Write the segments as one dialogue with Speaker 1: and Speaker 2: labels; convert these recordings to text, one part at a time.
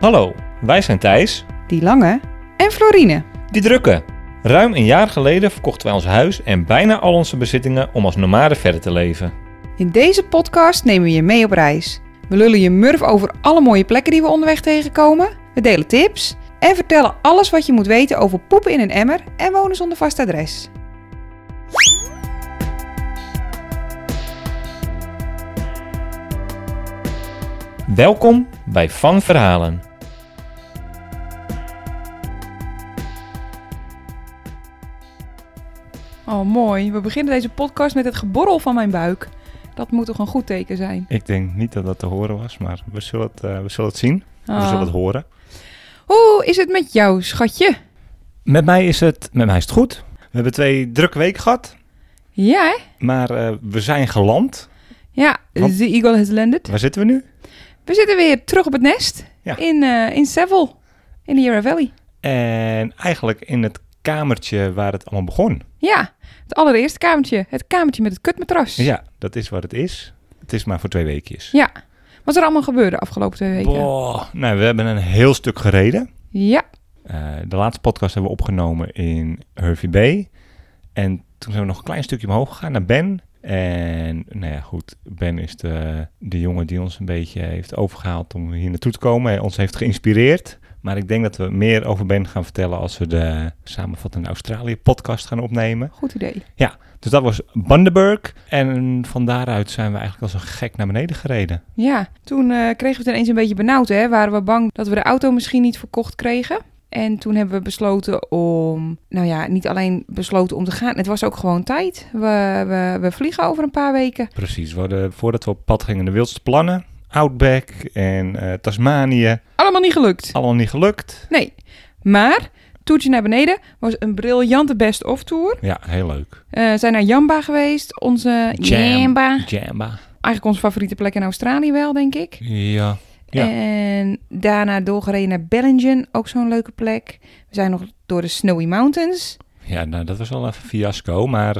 Speaker 1: Hallo, wij zijn Thijs,
Speaker 2: Die Lange en Florine.
Speaker 1: die drukke. Ruim een jaar geleden verkochten wij ons huis en bijna al onze bezittingen om als nomaden verder te leven.
Speaker 2: In deze podcast nemen we je mee op reis. We lullen je murf over alle mooie plekken die we onderweg tegenkomen. We delen tips en vertellen alles wat je moet weten over poepen in een emmer en wonen zonder vast adres.
Speaker 1: Welkom bij Van Verhalen.
Speaker 2: Oh mooi, we beginnen deze podcast met het geborrel van mijn buik. Dat moet toch een goed teken zijn.
Speaker 1: Ik denk niet dat dat te horen was, maar we zullen het, eh, we zullen het zien.
Speaker 2: Ah.
Speaker 1: horen.
Speaker 2: Hoe is het met jou, schatje?
Speaker 1: Met mij is het, met mij is het goed. We hebben twee drukke weken gehad,
Speaker 2: Ja, hè?
Speaker 1: maar eh, we zijn geland.
Speaker 2: Ja,
Speaker 1: Wat?
Speaker 2: the eagle has landed.
Speaker 1: Waar zitten we nu?
Speaker 2: We zitten weer terug op het nest
Speaker 1: Ja.
Speaker 2: in, eh in Seville, in de Yarra Valley.
Speaker 1: En eigenlijk in het kamertje waar het allemaal begon.
Speaker 2: Ja, het allereerste kamertje. Het kamertje met het kutmatras.
Speaker 1: Ja, dat is wat het is. Het is maar voor twee weekjes.
Speaker 2: Ja. Wat er allemaal gebeurde afgelopen twee weken.
Speaker 1: Boah, nou, we hebben een heel stuk gereden.
Speaker 2: Ja.
Speaker 1: Eh, de laatste podcast hebben we opgenomen in Hervey Bay. En toen zijn we nog een klein stukje omhoog gegaan naar Ben. En nou ja, goed, Ben is de, de jongen die ons een beetje heeft overgehaald om hier naartoe te komen. Hij ons heeft geïnspireerd. Maar ik denk dat we meer over Ben gaan vertellen als we de samenvattende Australië podcast gaan opnemen.
Speaker 2: Goed idee.
Speaker 1: Dus dat was Bundaberg. En van daaruit zijn we eigenlijk als een gek naar beneden gereden.
Speaker 2: Ja. Toen eh, kregen we het ineens een beetje benauwd. Hè? Waren we bang dat we de auto misschien niet verkocht kregen. En toen hebben we besloten om... Nou ja, niet alleen besloten om te gaan. Het was ook gewoon tijd. We, we, we vliegen over een paar weken.
Speaker 1: Precies, we hadden, voordat we op pad gingen de wildste plannen. Outback en eh, Tasmanië.
Speaker 2: Allemaal niet gelukt.
Speaker 1: Allemaal niet gelukt.
Speaker 2: Nee. Maar... Toertje naar beneden was een briljante best-of tour.
Speaker 1: Ja, heel leuk.
Speaker 2: Eh zijn naar Jamba geweest, onze
Speaker 1: Jam.
Speaker 2: Jamba.
Speaker 1: Jamba.
Speaker 2: eigenlijk onze favoriete plek in Australië wel, denk ik.
Speaker 1: Ja. Ja.
Speaker 2: En daarna doorgereden naar Bellingen, ook zo'n leuke plek. We zijn nog door de Snowy Mountains.
Speaker 1: ja, nou dat was wel een fiasco, maar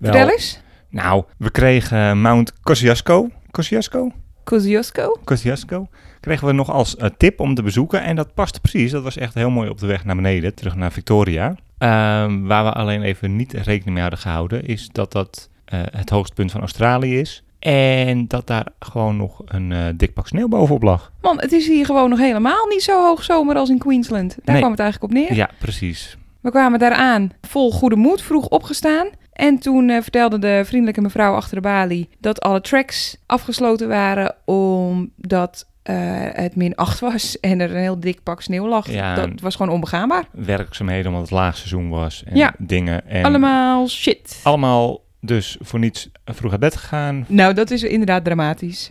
Speaker 2: Vertel
Speaker 1: wel...
Speaker 2: eens.
Speaker 1: Nou, we kregen Mount Kosciuszko. Kosciuszko?
Speaker 2: Kosciuszko.
Speaker 1: Kosciuszko. Kregen we nog als eh, tip om te bezoeken. En dat paste precies. Dat was echt heel mooi op de weg naar beneden, terug naar Victoria. Ehm, waar we alleen even niet rekening mee hadden gehouden, is dat dat eh, het hoogste punt van Australië is. En dat daar gewoon nog een eh, dik pak sneeuw bovenop lag.
Speaker 2: Man, het is hier gewoon nog helemaal niet zo hoog zomer als in Queensland. Daar
Speaker 1: Nee.
Speaker 2: kwam het eigenlijk op neer.
Speaker 1: Ja, precies.
Speaker 2: We kwamen daaraan vol goede moed, vroeg opgestaan. En toen eh, vertelde de vriendelijke mevrouw achter de balie dat alle tracks afgesloten waren omdat eh, het min 8 was en er een heel dik pak sneeuw lag.
Speaker 1: Ja, en-
Speaker 2: Dat was gewoon onbegaanbaar.
Speaker 1: Werkzaamheden omdat het laagseizoen was en
Speaker 2: Ja.
Speaker 1: dingen. En
Speaker 2: Allemaal shit.
Speaker 1: Allemaal dus voor niets vroeg uit bed gegaan.
Speaker 2: Nou, dat is inderdaad dramatisch.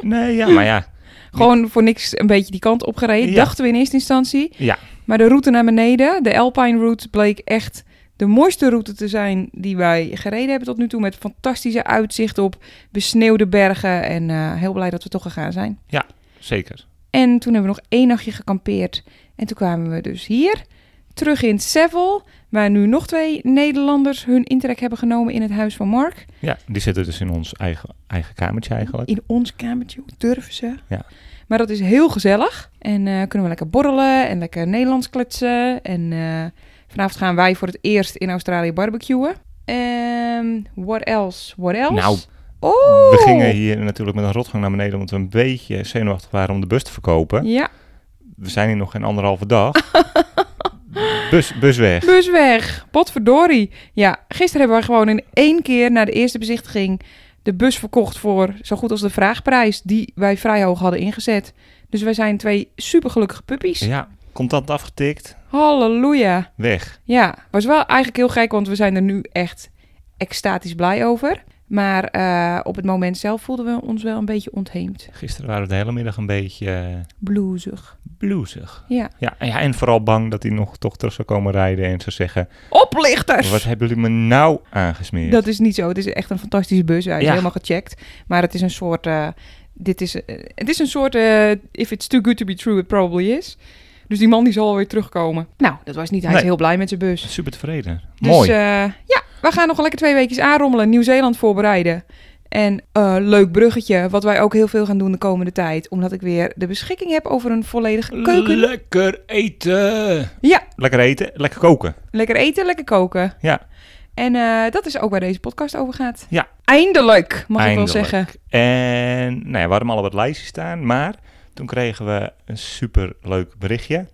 Speaker 1: Nee, ja, maar ja.
Speaker 2: Gewoon voor niks een beetje die kant opgereden,
Speaker 1: Ja.
Speaker 2: dachten we in eerste instantie.
Speaker 1: Ja.
Speaker 2: Maar de route naar beneden, de Alpine route, bleek echt de mooiste route te zijn die wij gereden hebben tot nu toe. Met fantastische uitzicht op besneeuwde bergen. En eh, heel blij dat we toch gegaan zijn.
Speaker 1: Zeker.
Speaker 2: En toen hebben we nog één nachtje gekampeerd. En toen kwamen we dus hier, terug in Seville, waar nu nog twee Nederlanders hun intrek hebben genomen in het huis van Mark.
Speaker 1: Ja, die zitten dus in ons eigen, eigen kamertje eigenlijk.
Speaker 2: In ons kamertje, hoe durven ze?
Speaker 1: Ja.
Speaker 2: Maar dat is heel gezellig. En eh, kunnen we lekker borrelen en lekker Nederlands kletsen. En eh, vanavond gaan wij voor het eerst in Australië barbecuen. Ehm what else? What else?
Speaker 1: Nou,
Speaker 2: oh,
Speaker 1: We gingen hier natuurlijk met een rotgang naar beneden, omdat we een beetje zenuwachtig waren om de bus te verkopen.
Speaker 2: Ja,
Speaker 1: We zijn hier nog geen anderhalve dag. bus, bus weg.
Speaker 2: bus weg. Potverdorie. Ja, gisteren hebben we gewoon in één keer na de eerste bezichtiging de bus verkocht voor zo goed als de vraagprijs die wij vrij hoog hadden ingezet. Dus wij zijn twee supergelukkige puppies.
Speaker 1: Ja, contant afgetikt,
Speaker 2: Halleluja.
Speaker 1: weg.
Speaker 2: Ja, was wel eigenlijk heel gek, want we zijn er nu echt extatisch blij over. Maar eh, op het moment zelf voelden we ons wel een beetje ontheemd.
Speaker 1: Gisteren waren we de hele middag een beetje eh,
Speaker 2: Bloezig.
Speaker 1: bloezig.
Speaker 2: Ja.
Speaker 1: Ja, en ja, en vooral bang dat hij nog toch terug zou komen rijden en zou zeggen...
Speaker 2: Oplichters!
Speaker 1: Wat hebben jullie me nou aangesmeerd?
Speaker 2: Dat is niet zo. Het is echt een fantastische bus. Hij is
Speaker 1: Ja.
Speaker 2: helemaal gecheckt. Maar het is een soort... eh, dit is, eh, het is een soort... eh, if it's too good to be true, it probably is. Dus die man die zal weer terugkomen. Nou, dat was niet. Hij
Speaker 1: Nee.
Speaker 2: is heel blij met zijn bus.
Speaker 1: Super tevreden.
Speaker 2: Dus
Speaker 1: Mooi.
Speaker 2: eh, ja, we gaan nog lekker twee weken aanrommelen. Nieuw-Zeeland voorbereiden. En eh, leuk bruggetje, wat wij ook heel veel gaan doen de komende tijd. Omdat ik weer de beschikking heb over een volledige keuken.
Speaker 1: Lekker eten.
Speaker 2: Ja.
Speaker 1: Lekker eten, lekker koken.
Speaker 2: Lekker eten, lekker koken.
Speaker 1: Ja.
Speaker 2: En eh, dat is ook waar deze podcast over gaat.
Speaker 1: Ja.
Speaker 2: Eindelijk, mag
Speaker 1: Eindelijk.
Speaker 2: ik wel zeggen.
Speaker 1: En nou ja, we hadden hem al op het lijstje staan, maar toen kregen we een super leuk berichtje.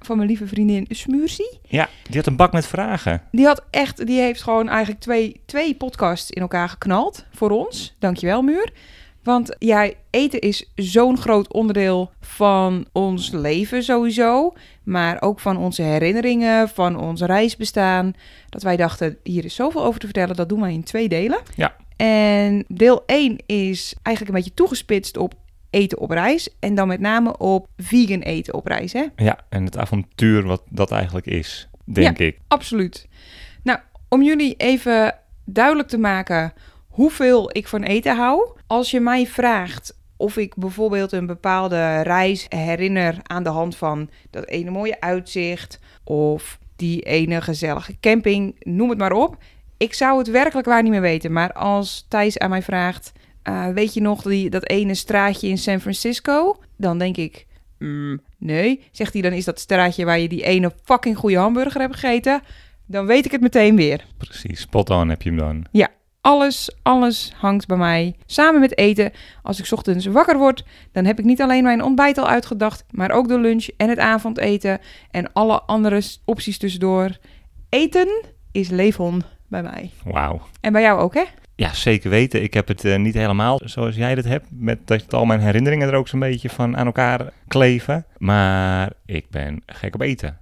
Speaker 2: Van mijn lieve vriendin Smursie.
Speaker 1: Ja, die had een bak met vragen.
Speaker 2: Die had echt, die heeft gewoon eigenlijk twee, twee podcasts in elkaar geknald voor ons. Dankjewel, Muur. Want ja, eten is zo'n groot onderdeel van ons leven sowieso. Maar ook van onze herinneringen, van ons reisbestaan. Dat wij dachten, hier is zoveel over te vertellen, dat doen wij in twee delen.
Speaker 1: Ja.
Speaker 2: En deel 1 is eigenlijk een beetje toegespitst op eten op reis. En dan met name op vegan eten op reis, hè?
Speaker 1: Ja, en het avontuur wat dat eigenlijk is, denk ik.
Speaker 2: Absoluut. Nou, om jullie even duidelijk te maken hoeveel ik van eten hou. Als je mij vraagt of ik bijvoorbeeld een bepaalde reis herinner aan de hand van dat ene mooie uitzicht of die ene gezellige camping, noem het maar op. Ik zou het werkelijk waar niet meer weten. Maar als Thijs aan mij vraagt, eh, weet je nog die, dat ene straatje in San Francisco? Dan denk ik, "Mm, nee. Zegt hij, dan is dat straatje waar je die ene fucking goede hamburger hebt gegeten. Dan weet ik het meteen weer.
Speaker 1: Precies, spot on heb je hem dan.
Speaker 2: Alles, alles hangt bij mij samen met eten. Als ik 's ochtends wakker word, dan heb ik niet alleen mijn ontbijt al uitgedacht, maar ook de lunch en het avondeten en alle andere s- opties tussendoor. Eten is leefhon bij mij.
Speaker 1: Wauw.
Speaker 2: En bij jou ook, hè?
Speaker 1: Ja, zeker weten. Ik heb het eh, niet helemaal zoals jij dat hebt. Met dat al mijn herinneringen er ook zo'n beetje van aan elkaar kleven. Maar ik ben gek op eten.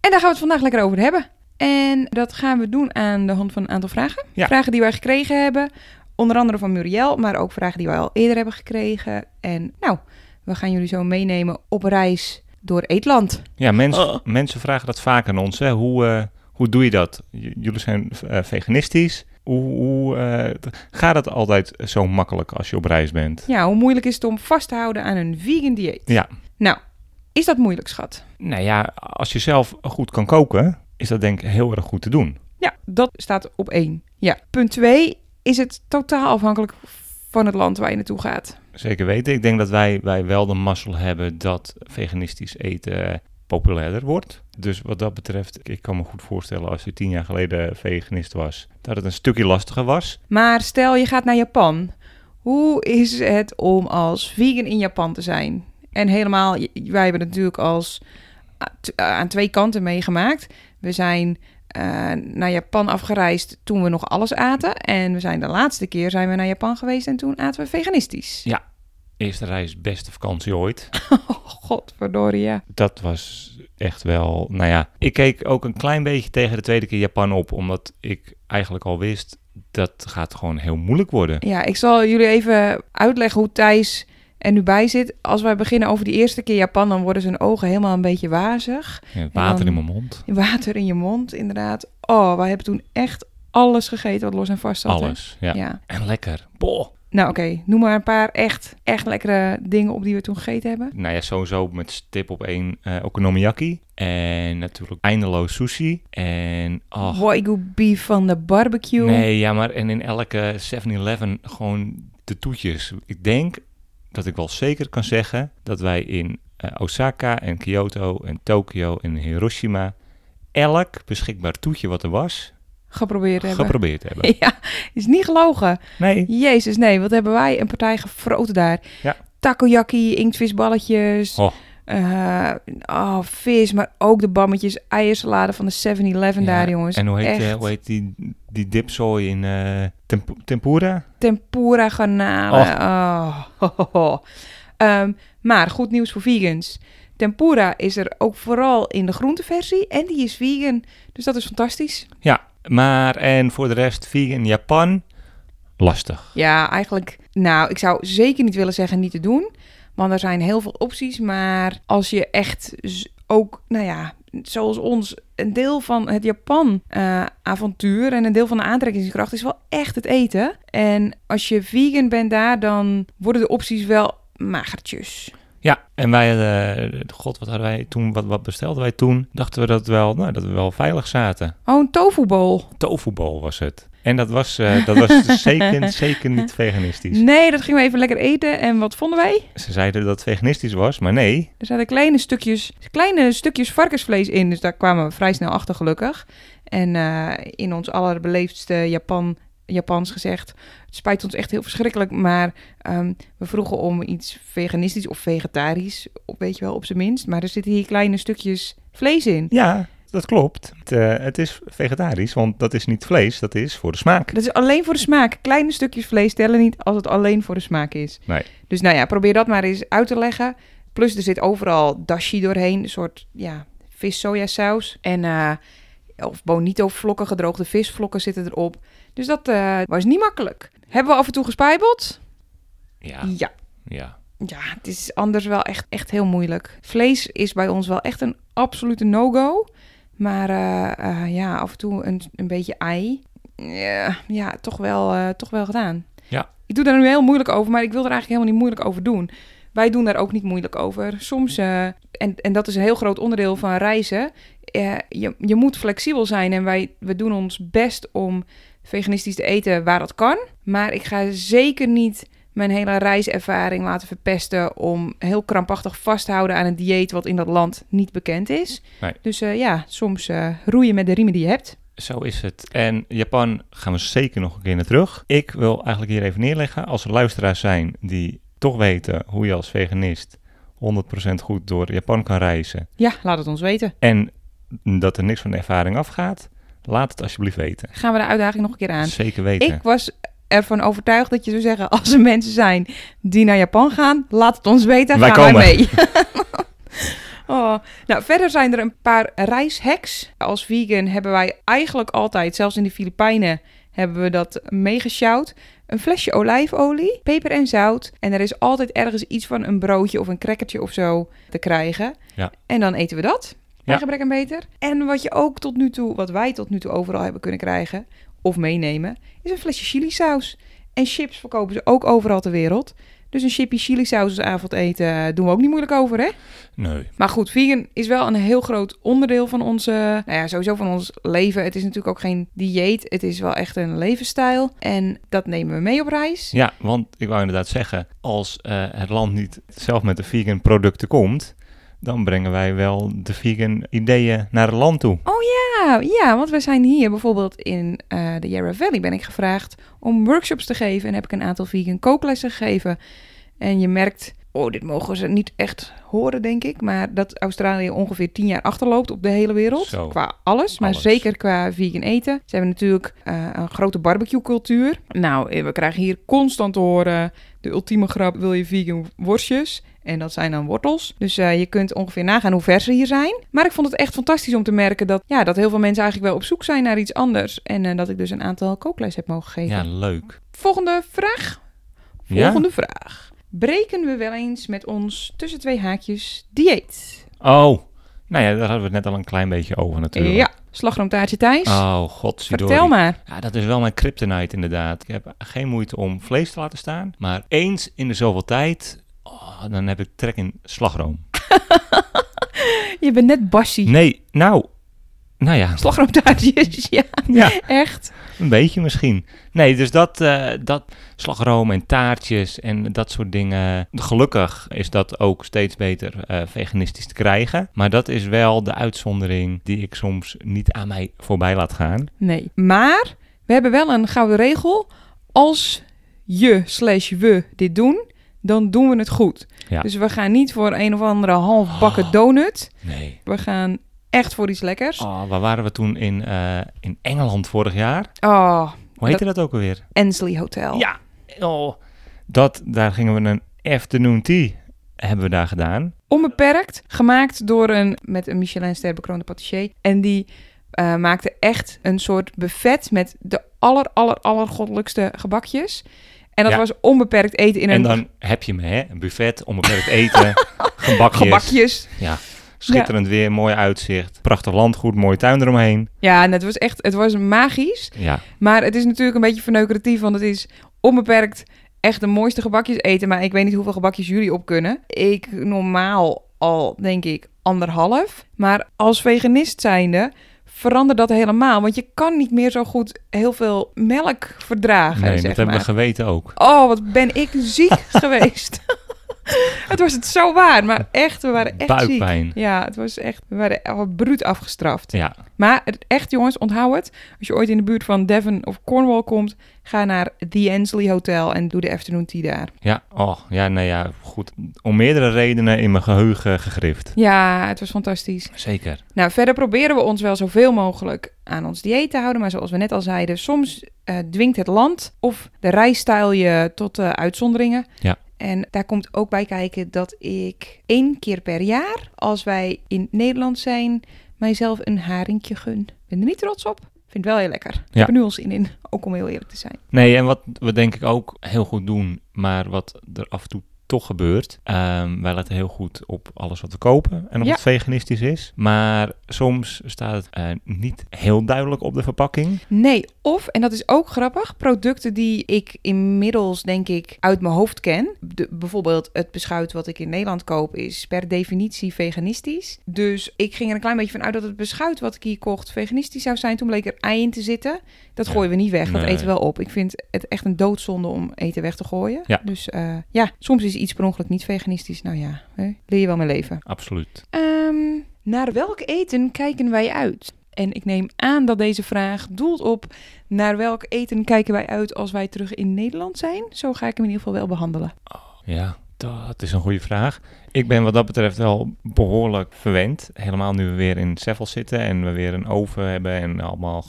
Speaker 2: En daar gaan we het vandaag lekker over hebben. En dat gaan we doen aan de hand van een aantal vragen.
Speaker 1: Ja.
Speaker 2: Vragen die wij gekregen hebben. Onder andere van Muriel, maar ook vragen die wij al eerder hebben gekregen. En nou, we gaan jullie zo meenemen op reis door Eetland.
Speaker 1: Ja, mens,
Speaker 2: Oh.
Speaker 1: mensen vragen dat vaak aan ons. Hè. Hoe, eh, hoe doe je dat? J- jullie zijn eh, veganistisch. Hoe, hoe eh, t- gaat dat altijd zo makkelijk als je op reis bent?
Speaker 2: Ja, hoe moeilijk is het om vast te houden aan een vegan dieet?
Speaker 1: Ja.
Speaker 2: Nou, is dat moeilijk, schat?
Speaker 1: Nou ja, als je zelf goed kan koken, is dat denk ik heel erg goed te doen.
Speaker 2: Ja, dat staat op één. Ja. Punt twee, is het totaal afhankelijk van het land waar je naartoe gaat?
Speaker 1: Zeker weten. Ik denk dat wij, wij wel de mazzel hebben dat veganistisch eten populairder wordt. Dus wat dat betreft, ik kan me goed voorstellen als je tien jaar geleden veganist was, dat het een stukje lastiger was.
Speaker 2: Maar stel je gaat naar Japan. Hoe is het om als vegan in Japan te zijn? En helemaal, j- wij hebben het natuurlijk als a- t- aan twee kanten meegemaakt. We zijn eh, naar Japan afgereisd toen we nog alles aten. En we zijn de laatste keer zijn we naar Japan geweest en toen aten we veganistisch.
Speaker 1: Eerste reis, beste vakantie ooit.
Speaker 2: Oh, godverdorie, ja.
Speaker 1: Dat was echt wel, nou ja. Ik keek ook een klein beetje tegen de tweede keer Japan op, omdat ik eigenlijk al wist, dat gaat gewoon heel moeilijk worden.
Speaker 2: Ja, ik zal jullie even uitleggen hoe Thijs er nu bij zit. Als wij beginnen over die eerste keer Japan, dan worden zijn ogen helemaal een beetje wazig.
Speaker 1: Ja, het water in mijn mond,
Speaker 2: Water in je mond, inderdaad. Oh, wij hebben toen echt alles gegeten wat los en vast zat. hè?
Speaker 1: alles.
Speaker 2: Ja.
Speaker 1: Ja. En lekker. Boah.
Speaker 2: Nou, oké. Noem maar een paar echt, echt lekkere dingen op die we toen gegeten hebben.
Speaker 1: Nou ja, sowieso met stip op één eh okonomiyaki. En natuurlijk eindeloos sushi. En ach,
Speaker 2: Wagyu beef van de barbecue.
Speaker 1: nee, ja, maar en in elke 7-Eleven gewoon de toetjes. Ik denk dat ik wel zeker kan zeggen dat wij in eh, Osaka en Kyoto en Tokio en Hiroshima elk beschikbaar toetje wat er was
Speaker 2: Geprobeerd hebben.
Speaker 1: geprobeerd hebben.
Speaker 2: ja, is niet gelogen.
Speaker 1: Nee,
Speaker 2: Jezus, nee. Wat hebben wij een partij gefroten daar.
Speaker 1: Ja.
Speaker 2: Takoyaki, inktvisballetjes.
Speaker 1: Oh.
Speaker 2: Eh, oh, vis, maar ook de bammetjes, eiersalade van de 7-Eleven daar,
Speaker 1: Ja,
Speaker 2: jongens.
Speaker 1: En hoe heet, eh,
Speaker 2: Echt.
Speaker 1: hoe heet die, die dipzooi in eh, tempo- tempura?
Speaker 2: tempura garnalen. Oh. Ehm, maar goed nieuws voor vegans. Tempura is er ook vooral in de groenteversie en die is vegan. Dus dat is fantastisch.
Speaker 1: Maar en voor de rest, vegan Japan, lastig.
Speaker 2: Ja, eigenlijk, nou, ik zou zeker niet willen zeggen niet te doen. Want er zijn heel veel opties. Maar als je echt z- ook, nou ja, zoals ons, een deel van het Japan-avontuur en een deel van de aantrekkingskracht is wel echt het eten. En als je vegan bent daar, dan worden de opties wel magertjes.
Speaker 1: Ja, en wij, eh, god, wat hadden wij toen, wat, wat bestelden wij toen? Dachten we dat, wel, nou, dat we wel veilig zaten.
Speaker 2: Oh, een tofubol.
Speaker 1: Tofubol was het. En dat was, eh, dat was dus zeker, zeker niet veganistisch.
Speaker 2: Nee, dat gingen we even lekker eten. En wat vonden wij?
Speaker 1: Ze zeiden dat het veganistisch was, maar nee.
Speaker 2: Er zaten kleine stukjes, kleine stukjes varkensvlees in. Dus daar kwamen we vrij snel achter, gelukkig. En eh, in ons allerbeleefdste Japan, Japans gezegd... Het spijt ons echt heel verschrikkelijk, maar ehm, we vroegen om iets veganistisch of vegetarisch. op- Weet je wel, op zijn minst. Maar er zitten hier kleine stukjes vlees in.
Speaker 1: Ja, dat klopt. Het, eh, het is vegetarisch, want dat is niet vlees, dat is voor de smaak.
Speaker 2: Dat is alleen voor de smaak. Kleine stukjes vlees tellen niet als het alleen voor de smaak is.
Speaker 1: Nee.
Speaker 2: Dus nou ja, probeer dat maar eens uit te leggen. Plus er zit overal dashi doorheen, een soort ja, vis-sojasaus. En eh, of bonito-vlokken, gedroogde visvlokken zitten erop. Dus dat eh, was niet makkelijk. Hebben we af en toe gespijbeld?
Speaker 1: Ja,
Speaker 2: ja.
Speaker 1: ja.
Speaker 2: Ja, het is anders wel echt, echt heel moeilijk. Vlees is bij ons wel echt een absolute no-go. Maar eh, eh, ja, af en toe een, een beetje ei. Eh, ja, toch wel, eh, toch wel gedaan.
Speaker 1: Ja.
Speaker 2: Ik doe daar nu heel moeilijk over, maar ik wil er eigenlijk helemaal niet moeilijk over doen. Wij doen daar ook niet moeilijk over. Soms, eh, en, en dat is een heel groot onderdeel van reizen. eh, je, je moet flexibel zijn en wij we doen ons best om veganistisch te eten waar dat kan. Maar ik ga zeker niet mijn hele reiservaring laten verpesten om heel krampachtig vast te houden aan een dieet wat in dat land niet bekend is.
Speaker 1: Nee.
Speaker 2: Dus eh, ja, soms eh, roeien met de riemen die je hebt.
Speaker 1: Zo is het. En Japan gaan we zeker nog een keer naar terug. Ik wil eigenlijk hier even neerleggen. Als er luisteraars zijn die toch weten hoe je als veganist 100% goed door Japan kan reizen.
Speaker 2: Ja, laat het ons weten.
Speaker 1: En dat er niks van de ervaring afgaat. Laat het alsjeblieft weten.
Speaker 2: Gaan we de uitdaging nog een keer aan.
Speaker 1: Zeker weten.
Speaker 2: Ik was ervan overtuigd dat je zou zeggen, als er mensen zijn die naar Japan gaan, laat het ons weten,
Speaker 1: Wij
Speaker 2: gaan
Speaker 1: komen.
Speaker 2: wij mee. oh. Nou, verder zijn er een paar reishacks. Als vegan hebben wij eigenlijk altijd, zelfs in de Filipijnen, hebben we dat meegesjouwd. Een flesje olijfolie, peper en zout. En er is altijd ergens iets van een broodje of een crackertje of zo te krijgen.
Speaker 1: Ja.
Speaker 2: En dan eten we dat. Bij
Speaker 1: Ja.
Speaker 2: gebrek aan beter. En wat je ook tot nu toe, wat wij tot nu toe overal hebben kunnen krijgen of meenemen, is een flesje chilisaus. En chips verkopen ze ook overal ter wereld. Dus een chipje chilisaus als avondeten eh, doen we ook niet moeilijk over, hè?
Speaker 1: Nee.
Speaker 2: Maar goed, vegan is wel een heel groot onderdeel van onze, nou ja, sowieso van ons leven. Het is natuurlijk ook geen dieet, het is wel echt een levensstijl. En dat nemen we mee op reis.
Speaker 1: Ja, want ik wou inderdaad zeggen, als eh, het land niet zelf met de vegan producten komt, dan brengen wij wel de vegan ideeën naar het land toe.
Speaker 2: Ja, ja, want we zijn hier bijvoorbeeld in eh, de Yarra Valley ben ik gevraagd om workshops te geven en heb ik een aantal vegan kooklessen gegeven. En je merkt, oh, dit mogen ze niet echt horen, denk ik, maar dat Australië ongeveer tien jaar achterloopt op de hele wereld
Speaker 1: Zo.
Speaker 2: qua alles, maar
Speaker 1: Alles.
Speaker 2: zeker qua vegan eten. Ze hebben natuurlijk eh, een grote barbecue-cultuur. Nou, eh, we krijgen hier constant te horen de ultieme grap: wil je vegan worstjes? En dat zijn dan wortels. Dus eh, je kunt ongeveer nagaan hoe ver ze hier zijn. Maar ik vond het echt fantastisch om te merken dat, ja, dat heel veel mensen eigenlijk wel op zoek zijn naar iets anders. En eh, dat ik dus een aantal kookles heb mogen geven.
Speaker 1: Ja, leuk.
Speaker 2: Volgende vraag.
Speaker 1: Ja?
Speaker 2: Volgende vraag. Breken we wel eens met ons tussen twee haakjes dieet?
Speaker 1: Oh, nou ja, daar hadden we het net al een klein beetje over natuurlijk.
Speaker 2: Ja, slagroomtaartje Thijs.
Speaker 1: Oh, god,
Speaker 2: Vertel maar.
Speaker 1: Ja, dat is wel mijn kryptonite inderdaad. Ik heb geen moeite om vlees te laten staan, maar eens in de zoveel tijd, oh, dan heb ik trek in slagroom.
Speaker 2: Je bent net Bassie.
Speaker 1: Nee, nou, nou ja,
Speaker 2: Slagroomtaartjes, ja,
Speaker 1: ja.
Speaker 2: echt.
Speaker 1: Een beetje misschien. Nee, dus dat, eh, dat slagroom en taartjes en dat soort dingen. Gelukkig is dat ook steeds beter eh, veganistisch te krijgen. Maar dat is wel de uitzondering die ik soms niet aan mij voorbij laat gaan.
Speaker 2: Nee. Maar we hebben wel een gouden regel. Als je slash we dit doen, dan doen we het goed.
Speaker 1: Ja.
Speaker 2: Dus we gaan niet voor een of andere halfbakken
Speaker 1: Oh.
Speaker 2: donut.
Speaker 1: Nee.
Speaker 2: We gaan echt voor iets lekkers. Oh,
Speaker 1: Oh, waar waren we toen in, eh, in Engeland vorig jaar? Hoe heette dat, ook alweer?
Speaker 2: Oh, Ensley Hotel.
Speaker 1: Ja. Oh. Dat, daar gingen we een afternoon tea hebben we daar gedaan.
Speaker 2: Onbeperkt, gemaakt door een met een Michelinster bekroonde patissier. En die eh, maakte echt een soort buffet met de aller, aller, allergoddelijkste gebakjes. En dat
Speaker 1: Ja.
Speaker 2: was onbeperkt eten in
Speaker 1: en
Speaker 2: een
Speaker 1: dan heb je me, hè? Een buffet, onbeperkt eten, gebakjes.
Speaker 2: gebakjes.
Speaker 1: Ja, schitterend weer, mooi uitzicht. Prachtig landgoed, mooie tuin eromheen.
Speaker 2: Ja, en het was echt, het was magisch.
Speaker 1: Ja,
Speaker 2: Maar het is natuurlijk een beetje verneukeratief, want het is onbeperkt echt de mooiste gebakjes eten. Maar ik weet niet hoeveel gebakjes jullie op kunnen. Ik normaal al, denk ik, anderhalf. Maar als veganist zijnde verandert dat helemaal. Want je kan niet meer zo goed heel veel melk verdragen,
Speaker 1: nee,
Speaker 2: zeg
Speaker 1: dat hebben
Speaker 2: maar.
Speaker 1: we geweten ook.
Speaker 2: Oh, wat ben ik ziek geweest. het was het zo waar, maar echt, we waren echt ziek.
Speaker 1: Buikpijn.
Speaker 2: Ja, het was echt, we waren echt bruut afgestraft.
Speaker 1: Ja,
Speaker 2: Maar het- echt jongens, onthoud het. Als je ooit in de buurt van Devon of Cornwall komt, ga naar The Ensley Hotel en doe de afternoon tea daar.
Speaker 1: ja, oh, ja, nee, ja, goed. Om meerdere redenen in mijn geheugen gegrift.
Speaker 2: Ja, het was fantastisch.
Speaker 1: Zeker.
Speaker 2: Nou, verder proberen we ons wel zoveel mogelijk aan ons dieet te houden. Maar zoals we net al zeiden, soms eh, dwingt het land of de reisstijl je tot eh, uitzonderingen.
Speaker 1: Ja.
Speaker 2: En daar komt ook bij kijken dat ik één keer per jaar, als wij in Nederland zijn, mijzelf een haringje gun. Ik ben er niet trots op. Vind het wel heel lekker. Ik
Speaker 1: Ja.
Speaker 2: heb er nu al zin in, ook om heel eerlijk te zijn.
Speaker 1: Nee, en wat we denk ik ook heel goed doen, maar wat er af en toe toch gebeurt. ehm, wij letten heel goed op alles wat we kopen en of
Speaker 2: Ja.
Speaker 1: het veganistisch is. Maar soms staat het eh, niet heel duidelijk op de verpakking.
Speaker 2: Nee, of, en dat is ook grappig, producten die ik inmiddels denk ik uit mijn hoofd ken. De, bijvoorbeeld het beschuit wat ik in Nederland koop is per definitie veganistisch. Dus ik ging er een klein beetje van uit dat het beschuit wat ik hier kocht veganistisch zou zijn. Toen bleek er ei in te zitten. Dat
Speaker 1: Ja.
Speaker 2: gooien we niet weg, dat
Speaker 1: Nee.
Speaker 2: eten we wel op. Ik vind het echt een doodzonde om eten weg te gooien.
Speaker 1: Ja.
Speaker 2: Dus eh, ja, soms is iets per ongeluk niet veganistisch. Nou ja, hè, leer je wel mee leven.
Speaker 1: Absoluut.
Speaker 2: Ehm, naar welk eten kijken wij uit? En ik neem aan dat deze vraag doelt op naar welk eten kijken wij uit als wij terug in Nederland zijn. Zo ga ik hem in ieder geval wel behandelen.
Speaker 1: Ja, dat is een goede vraag. Ik ben wat dat betreft wel behoorlijk verwend. Helemaal nu we weer in Seffel zitten en we weer een oven hebben en allemaal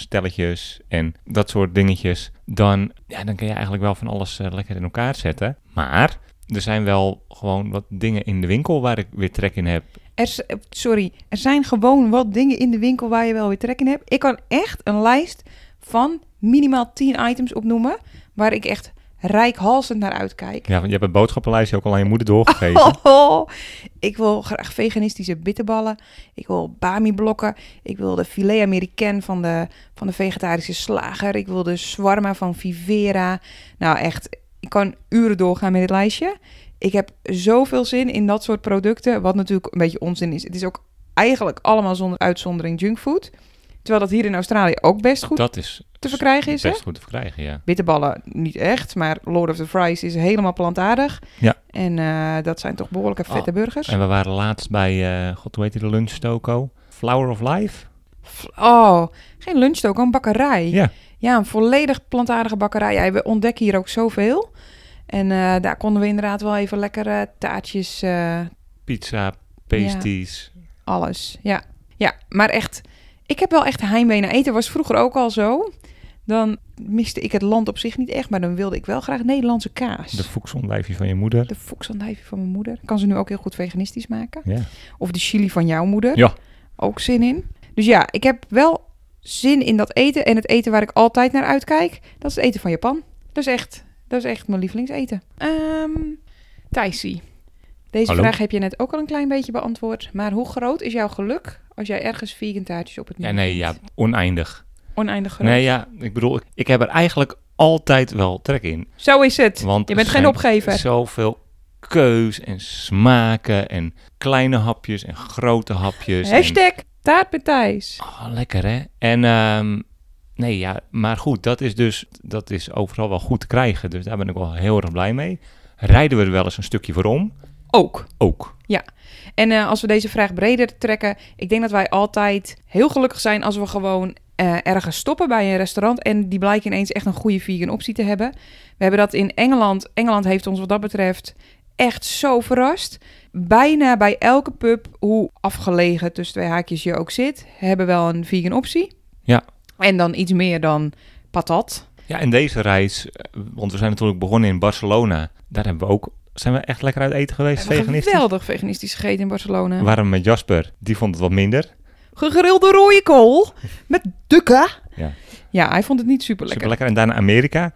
Speaker 1: gasstelletjes en dat soort dingetjes. Dan, ja, dan kun je eigenlijk wel van alles eh, lekker in elkaar zetten. Maar er zijn wel gewoon wat dingen in de winkel waar ik weer trek in heb.
Speaker 2: Er, s- eh, sorry, er zijn gewoon wat dingen in de winkel waar je wel weer trek in hebt. Ik kan echt een lijst van minimaal 10 items opnoemen waar ik echt rijkhalsend naar uitkijk.
Speaker 1: Ja, want je hebt het boodschappenlijstje ook al aan je moeder doorgegeven.
Speaker 2: Oh, ik wil graag veganistische bitterballen. Ik wil bami-blokken. Ik wil de filet americain van de, van de vegetarische slager. Ik wil de shawarma van Vivera. Nou, echt, ik kan uren doorgaan met dit lijstje. Ik heb zoveel zin in dat soort producten, wat natuurlijk een beetje onzin is. Het is ook eigenlijk allemaal zonder uitzondering junkfood. Terwijl dat hier in Australië ook best goed
Speaker 1: Dat is
Speaker 2: te verkrijgen is, hè?
Speaker 1: best goed te verkrijgen, ja.
Speaker 2: bitterballen niet echt, maar Lord of the Fries is helemaal plantaardig.
Speaker 1: Ja. Ah,
Speaker 2: En eh, dat zijn toch behoorlijke vette burgers.
Speaker 1: En we waren laatst bij, eh god, hoe heet die, de lunchtoko? Flower of Life?
Speaker 2: Oh, geen lunch ook, een bakkerij.
Speaker 1: Ja.
Speaker 2: Ja, een volledig plantaardige bakkerij. Ja, we ontdekken hier ook zoveel. En eh, daar konden we inderdaad wel even lekkere taartjes, eh,
Speaker 1: Pizza, pasties,
Speaker 2: alles. Ja. ja, maar echt, ik heb wel echt heimwee naar eten. Was vroeger ook al zo. Dan miste ik het land op zich niet echt, maar dan wilde ik wel graag Nederlandse kaas.
Speaker 1: De voeksonlijfje van je moeder.
Speaker 2: De foksandijvie van mijn moeder. Kan ze nu ook heel goed veganistisch maken.
Speaker 1: Ja.
Speaker 2: Of de chili van jouw moeder.
Speaker 1: Ja.
Speaker 2: Ook zin in. Dus ja, ik heb wel zin in dat eten. En het eten waar ik altijd naar uitkijk, dat is het eten van Japan. Dat is echt, dat is echt mijn lievelingseten. Ehm Thaisi. Deze
Speaker 1: Hallo?
Speaker 2: vraag heb je net ook al een klein beetje beantwoord. Maar hoe groot is jouw geluk als jij ergens vegan taartjes op het
Speaker 1: ja,
Speaker 2: menu
Speaker 1: nee, ja,
Speaker 2: vindt?
Speaker 1: oneindig.
Speaker 2: Oneindig groot.
Speaker 1: Nee, ja, ik bedoel, ik, ik heb er eigenlijk altijd wel trek in.
Speaker 2: Zo is het.
Speaker 1: Want
Speaker 2: je bent
Speaker 1: er
Speaker 2: geen
Speaker 1: zijn
Speaker 2: opgever.
Speaker 1: Zoveel keus en smaken en kleine hapjes en grote hapjes. en-
Speaker 2: Hashtag taart met Thijs.
Speaker 1: Oh, lekker hè? En ehm, nee, ja, maar goed, dat is dus, dat is overal wel goed te krijgen. Dus daar ben ik wel heel erg blij mee. Rijden we er wel eens een stukje voor om?
Speaker 2: Ook.
Speaker 1: Ook.
Speaker 2: En eh, als we deze vraag breder trekken, ik denk dat wij altijd heel gelukkig zijn als we gewoon eh, ergens stoppen bij een restaurant en die blijken ineens echt een goede vegan optie te hebben. We hebben dat in Engeland. Engeland heeft ons wat dat betreft echt zo verrast. Bijna bij elke pub, hoe afgelegen tussen twee haakjes je ook zit, hebben wel een vegan optie.
Speaker 1: Ja.
Speaker 2: En dan iets meer dan patat.
Speaker 1: Ja, en deze reis, eh, want we zijn natuurlijk begonnen in Barcelona. Daar hebben we ook, zijn we echt lekker uit eten geweest,
Speaker 2: We hebben
Speaker 1: veganisten.
Speaker 2: geweldig veganistisch gegeten in Barcelona.
Speaker 1: We waren met Jasper, die vond het wat minder.
Speaker 2: Gegrilde rode kool met dukken.
Speaker 1: Ja.
Speaker 2: ja, hij vond het niet
Speaker 1: Super
Speaker 2: super lekker.
Speaker 1: lekker. En daarna Amerika,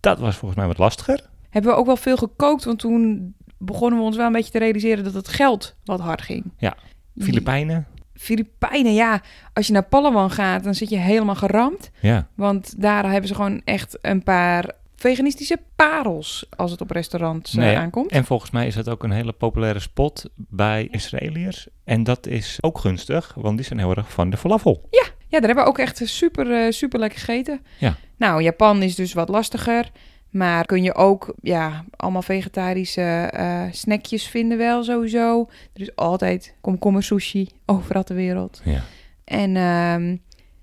Speaker 1: dat was volgens mij wat lastiger.
Speaker 2: hebben we ook wel veel gekookt. Want toen begonnen we ons wel een beetje te realiseren dat het geld wat hard ging.
Speaker 1: Ja.
Speaker 2: Die
Speaker 1: Filipijnen,
Speaker 2: Filipijnen, ja. Als je naar Palawan gaat, dan zit je helemaal geramd.
Speaker 1: ja.
Speaker 2: Want daar hebben ze gewoon echt een paar veganistische parels als het op restaurants eh,
Speaker 1: Nee.
Speaker 2: aankomt.
Speaker 1: En volgens mij is dat ook een hele populaire spot bij Israëliërs. En dat is ook gunstig, want die zijn heel erg van de falafel.
Speaker 2: Ja, daar hebben we ook echt super, eh, super lekker gegeten.
Speaker 1: Ja.
Speaker 2: Nou, Japan is dus wat lastiger. Maar kun je ook ja, allemaal vegetarische eh, snackjes vinden wel sowieso. Er is altijd komkommer sushi overal ter wereld.
Speaker 1: Ja.
Speaker 2: En ehm,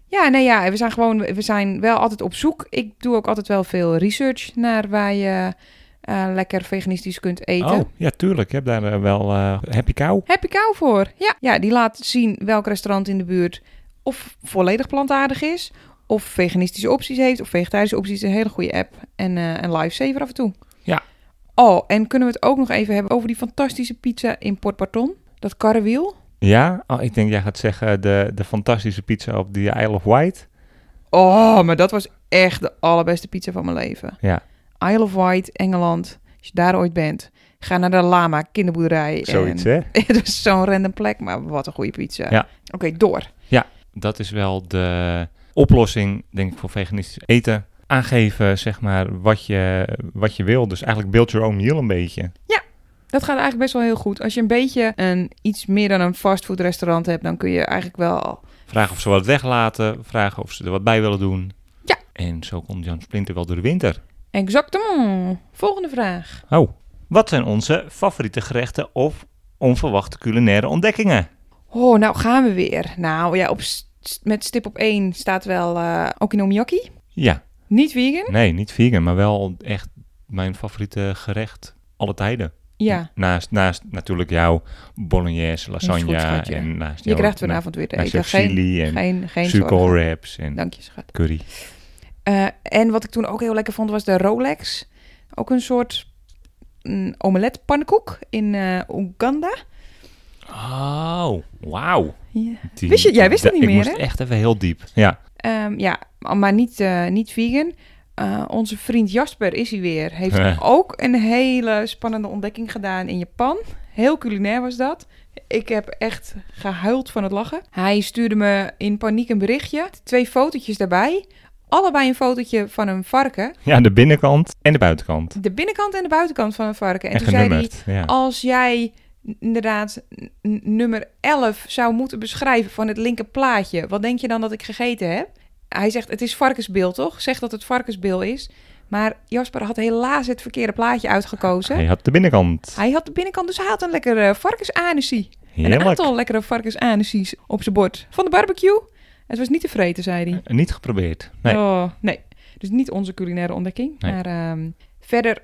Speaker 2: ja, nee ja, we zijn gewoon, we zijn wel altijd op zoek. Ik doe ook altijd wel veel research naar waar je eh, lekker veganistisch kunt eten.
Speaker 1: Oh, ja, tuurlijk. Je hebt daar eh, wel eh happy cow.
Speaker 2: Heb ik kou voor? Ja. ja, die laat zien welk restaurant in de buurt of volledig plantaardig is, of veganistische opties heeft, of vegetarische opties. Een hele goede app en eh een lifesaver af en toe.
Speaker 1: Ja.
Speaker 2: Oh, en kunnen we het ook nog even hebben over die fantastische pizza in Port Barton? Dat karrewiel?
Speaker 1: Ja, oh, ik denk jij gaat zeggen de, de fantastische pizza op die Isle of Wight.
Speaker 2: Oh, maar dat was echt de allerbeste pizza van mijn leven.
Speaker 1: Ja.
Speaker 2: Isle of Wight, Engeland. Als je daar ooit bent, ga naar de Lama kinderboerderij.
Speaker 1: Zoiets,
Speaker 2: en...
Speaker 1: hè?
Speaker 2: Het is zo'n random plek, maar wat een goede pizza.
Speaker 1: Ja.
Speaker 2: Oké, door.
Speaker 1: Dat is wel de oplossing, denk ik, voor veganistisch eten. Aangeven, zeg maar, wat je, wat je wil. Dus eigenlijk build your own meal een beetje.
Speaker 2: Dat gaat eigenlijk best wel heel goed. Als je een beetje een, iets meer dan een fastfoodrestaurant hebt, dan kun je eigenlijk wel.
Speaker 1: Vragen of ze wat weglaten. Vragen of ze er wat bij willen doen.
Speaker 2: Ja.
Speaker 1: En zo komt Jan Splinter wel door de winter.
Speaker 2: Exactement. Volgende vraag.
Speaker 1: Oh. Wat zijn onze favoriete gerechten of onverwachte culinaire ontdekkingen?
Speaker 2: Oh, nou gaan we weer. Nou ja, op, s- met stip op 1 staat wel eh okinomiyaki.
Speaker 1: Ja,
Speaker 2: Niet vegan.
Speaker 1: nee, niet vegan, maar wel echt mijn favoriete gerecht alle tijden.
Speaker 2: Ja.
Speaker 1: Naast, naast natuurlijk jouw bolognese,
Speaker 2: goed,
Speaker 1: lasanha
Speaker 2: schatje.
Speaker 1: en naast
Speaker 2: Je
Speaker 1: jouw-
Speaker 2: krijgt
Speaker 1: na-
Speaker 2: vanavond weer te
Speaker 1: naast jouw
Speaker 2: eten. Geen,
Speaker 1: chili en
Speaker 2: geen, geen zorgen.
Speaker 1: suikerwraps en
Speaker 2: Dank je, schat.
Speaker 1: curry.
Speaker 2: Eh, en wat ik toen ook heel lekker vond, was de Rolex. Ook een soort mm, omeletpannenkoek in eh Oeganda.
Speaker 1: Oh, wauw.
Speaker 2: Ja.
Speaker 1: Die-
Speaker 2: Wist je- jij wist dat niet meer,
Speaker 1: Ik moest
Speaker 2: hè?
Speaker 1: echt even heel diep. Ja,
Speaker 2: Ehm, ja, maar niet, eh, niet vegan. Eh, onze vriend Jasper is hij weer. Heeft
Speaker 1: Ja.
Speaker 2: ook een hele spannende ontdekking gedaan in Japan. Heel culinair was dat. Ik heb echt gehuild van het lachen. Hij stuurde me in paniek een berichtje. Twee fotootjes daarbij. Allebei een fotootje van een varken.
Speaker 1: ja de binnenkant en de buitenkant.
Speaker 2: De binnenkant en de buitenkant van een varken. En,
Speaker 1: En,
Speaker 2: toen zei hij, "Oh,
Speaker 1: genummerd. ja.
Speaker 2: als jij inderdaad n- nummer 11 zou moeten beschrijven van het linker plaatje, wat denk je dan dat ik gegeten heb? Hij zegt, het is varkensbil, toch? Zeg dat het varkensbil is. Maar Jasper had helaas het verkeerde plaatje uitgekozen.
Speaker 1: Hij had de binnenkant.
Speaker 2: Hij had de binnenkant, dus hij had een lekkere varkensanesie. Een
Speaker 1: Heerlijk.
Speaker 2: aantal lekkere varkensanesies op zijn bord. Van de barbecue. Het was niet te vreten, zei hij.
Speaker 1: Niet geprobeerd. Nee.
Speaker 2: Oh, nee. Dus niet onze culinaire ontdekking.
Speaker 1: Nee.
Speaker 2: Maar ehm, verder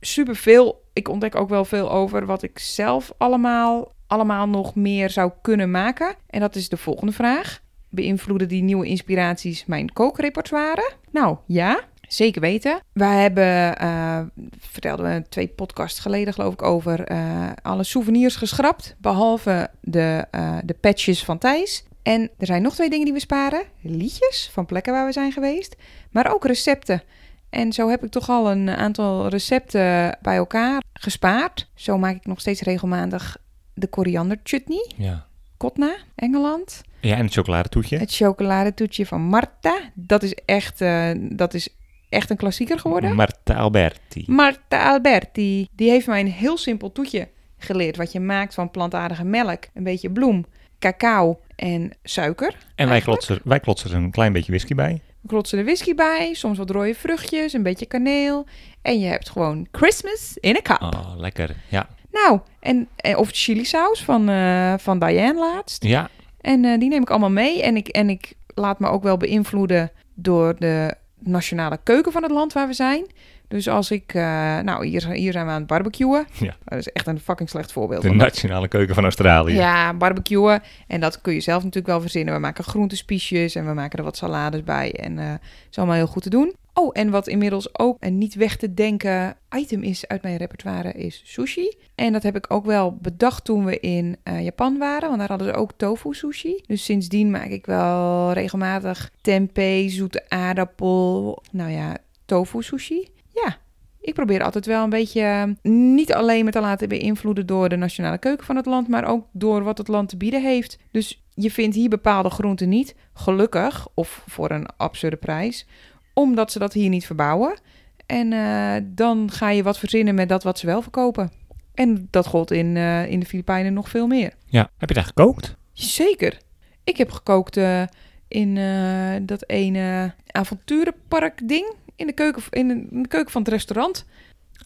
Speaker 2: superveel. Ik ontdek ook wel veel over wat ik zelf allemaal, allemaal nog meer zou kunnen maken. En dat is de volgende vraag. Beïnvloeden die nieuwe inspiraties mijn kookrepertoire? Nou, ja. Zeker weten. Wij hebben, eh vertelden we twee podcasts geleden geloof ik, over eh, alle souvenirs geschrapt. Behalve de, eh, de patches van Thijs. En er zijn nog twee dingen die we sparen. Liedjes van plekken waar we zijn geweest. Maar ook recepten. En zo heb ik toch al een aantal recepten bij elkaar gespaard. Zo maak ik nog steeds regelmatig de koriander chutney.
Speaker 1: Ja.
Speaker 2: Kotna, Engeland.
Speaker 1: ja, en het chocoladetoetje.
Speaker 2: Het chocoladetoetje van Marta. Dat is echt, eh, dat is echt een klassieker geworden.
Speaker 1: Marta Alberti.
Speaker 2: Marta Alberti. Die heeft mij een heel simpel toetje geleerd. Wat je maakt van plantaardige melk, een beetje bloem, cacao en suiker.
Speaker 1: En wij
Speaker 2: Eigenlijk?
Speaker 1: klotsen, wij klotsen er een klein beetje whisky bij.
Speaker 2: We klotsen er whisky bij, soms wat rode vruchtjes, een beetje kaneel. En je hebt gewoon Christmas in een kap.
Speaker 1: Oh, lekker. Ja.
Speaker 2: Nou, en, en- of chilisaus van, eh, van Diane laatst.
Speaker 1: Ja.
Speaker 2: En eh, die neem ik allemaal mee. En ik, en ik laat me ook wel beïnvloeden door de nationale keuken van het land waar we zijn. Dus als ik, eh, nou, hier, hier zijn we aan het barbecuen.
Speaker 1: Ja.
Speaker 2: Dat is echt een fucking slecht voorbeeld.
Speaker 1: De nationale keuken van Australië.
Speaker 2: ja, barbecuen. En dat kun je zelf natuurlijk wel verzinnen. We maken groentespiesjes en we maken er wat salades bij. En eh het is allemaal heel goed te doen. Oh, en wat inmiddels ook een niet weg te denken item is uit mijn repertoire is sushi. En dat heb ik ook wel bedacht toen we in eh, Japan waren, want daar hadden ze ook tofu sushi. Dus sindsdien maak ik wel regelmatig tempeh, zoete aardappel, nou ja, tofu sushi. Ja, ik probeer altijd wel een beetje eh, niet alleen me te laten beïnvloeden door de nationale keuken van het land, maar ook door wat het land te bieden heeft. Dus je vindt hier bepaalde groenten niet, gelukkig of voor een absurde prijs, omdat ze dat hier niet verbouwen. En eh, dan ga je wat verzinnen met dat wat ze wel verkopen. En dat gold in, eh, in de Filipijnen nog veel meer.
Speaker 1: Ja. Heb je daar gekookt?
Speaker 2: Zeker. Ik heb gekookt eh, in eh, dat ene avonturenpark ding. In de, keuken, in, de, in de keuken van het restaurant.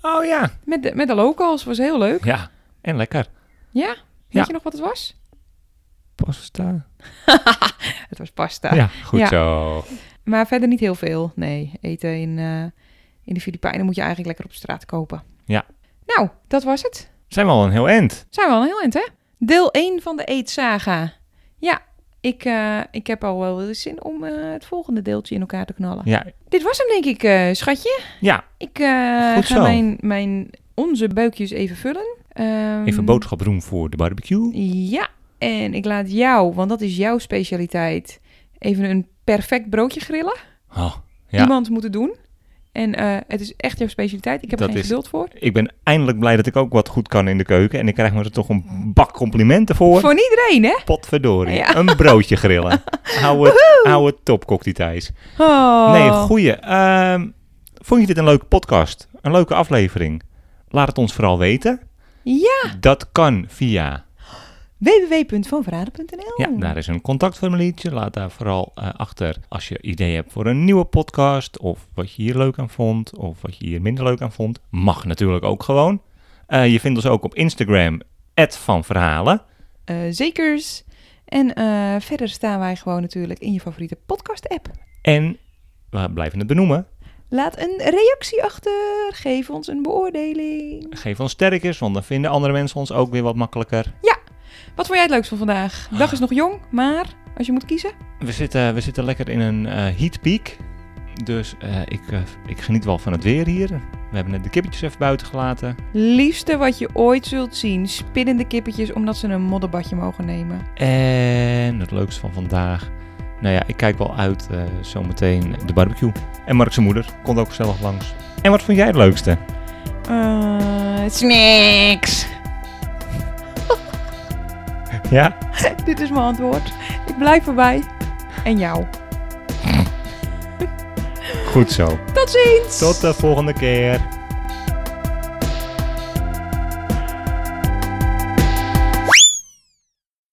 Speaker 1: Oh ja.
Speaker 2: Met de, met de locals. Was heel leuk.
Speaker 1: Ja. En lekker.
Speaker 2: Ja? Weet
Speaker 1: Ja.
Speaker 2: je nog wat het was?
Speaker 1: Pasta.
Speaker 2: Het was pasta.
Speaker 1: Ja, goed
Speaker 2: Ja.
Speaker 1: zo.
Speaker 2: Maar verder niet heel veel. Nee, eten in, eh, in de Filipijnen moet je eigenlijk lekker op straat kopen.
Speaker 1: Ja.
Speaker 2: Nou, dat was het.
Speaker 1: Zijn we al een heel eind?
Speaker 2: Zijn we al een heel eind, hè? Deel 1 van de eetsaga. Ja, ik, eh, ik heb al wel weer zin om eh, het volgende deeltje in elkaar te knallen.
Speaker 1: Ja.
Speaker 2: Dit was hem, denk ik, eh, schatje.
Speaker 1: Ja.
Speaker 2: Ik eh,
Speaker 1: Goed
Speaker 2: ga
Speaker 1: zo.
Speaker 2: mijn, mijn, onze buikjes even vullen. Ehm,
Speaker 1: Even boodschap doen voor de barbecue.
Speaker 2: Ja, en ik laat jou, want dat is jouw specialiteit, even een perfect broodje grillen.
Speaker 1: Oh, ja.
Speaker 2: Iemand moet het doen. En eh, het is echt jouw specialiteit. Ik heb er
Speaker 1: Dat
Speaker 2: geen
Speaker 1: is-
Speaker 2: geduld voor.
Speaker 1: Ik ben eindelijk blij dat ik ook wat goed kan in de keuken. En ik krijg me er toch een bak complimenten voor.
Speaker 2: Voor iedereen, hè?
Speaker 1: Potverdorie.
Speaker 2: Ja.
Speaker 1: Een broodje grillen. hou het, hou het top, Kokkie Thijs.
Speaker 2: Oh.
Speaker 1: Nee, goeie. Ehm, vond je dit een leuke podcast? Een leuke aflevering? Laat het ons vooral weten.
Speaker 2: Ja,
Speaker 1: Dat kan via...
Speaker 2: www.vanverraden.nl
Speaker 1: Ja, daar is een contactformuliertje. Laat daar vooral eh, achter als je ideeën hebt voor een nieuwe podcast. Of wat je hier leuk aan vond. Of wat je hier minder leuk aan vond. Mag natuurlijk ook gewoon. Eh, je vindt ons ook op Instagram. van verhalen.
Speaker 2: Eh, zekers. En eh, verder staan wij gewoon natuurlijk in je favoriete podcast-app.
Speaker 1: En we blijven het benoemen.
Speaker 2: Laat een reactie achter. Geef ons een beoordeling.
Speaker 1: Geef ons sterretjes, want dan vinden andere mensen ons ook weer wat makkelijker.
Speaker 2: Wat vond jij het leukst van vandaag? De dag is nog jong, maar als je moet kiezen.
Speaker 1: We zitten, we zitten lekker in een eh heat peak. Dus eh, ik, eh, ik geniet wel van het weer hier. We hebben net de kippetjes even buiten gelaten.
Speaker 2: Liefste wat je ooit zult zien. Spinnende kippetjes omdat ze een modderbadje mogen nemen.
Speaker 1: En het leukste van vandaag. Nou ja, ik kijk wel uit eh zometeen de barbecue. En Mark zijn moeder komt ook gezellig langs. En wat vond jij het leukste?
Speaker 2: Eh, snacks.
Speaker 1: Ja?
Speaker 2: Dit is mijn antwoord. Ik blijf erbij. En jou.
Speaker 1: Goed zo.
Speaker 2: Tot ziens.
Speaker 1: Tot de volgende keer.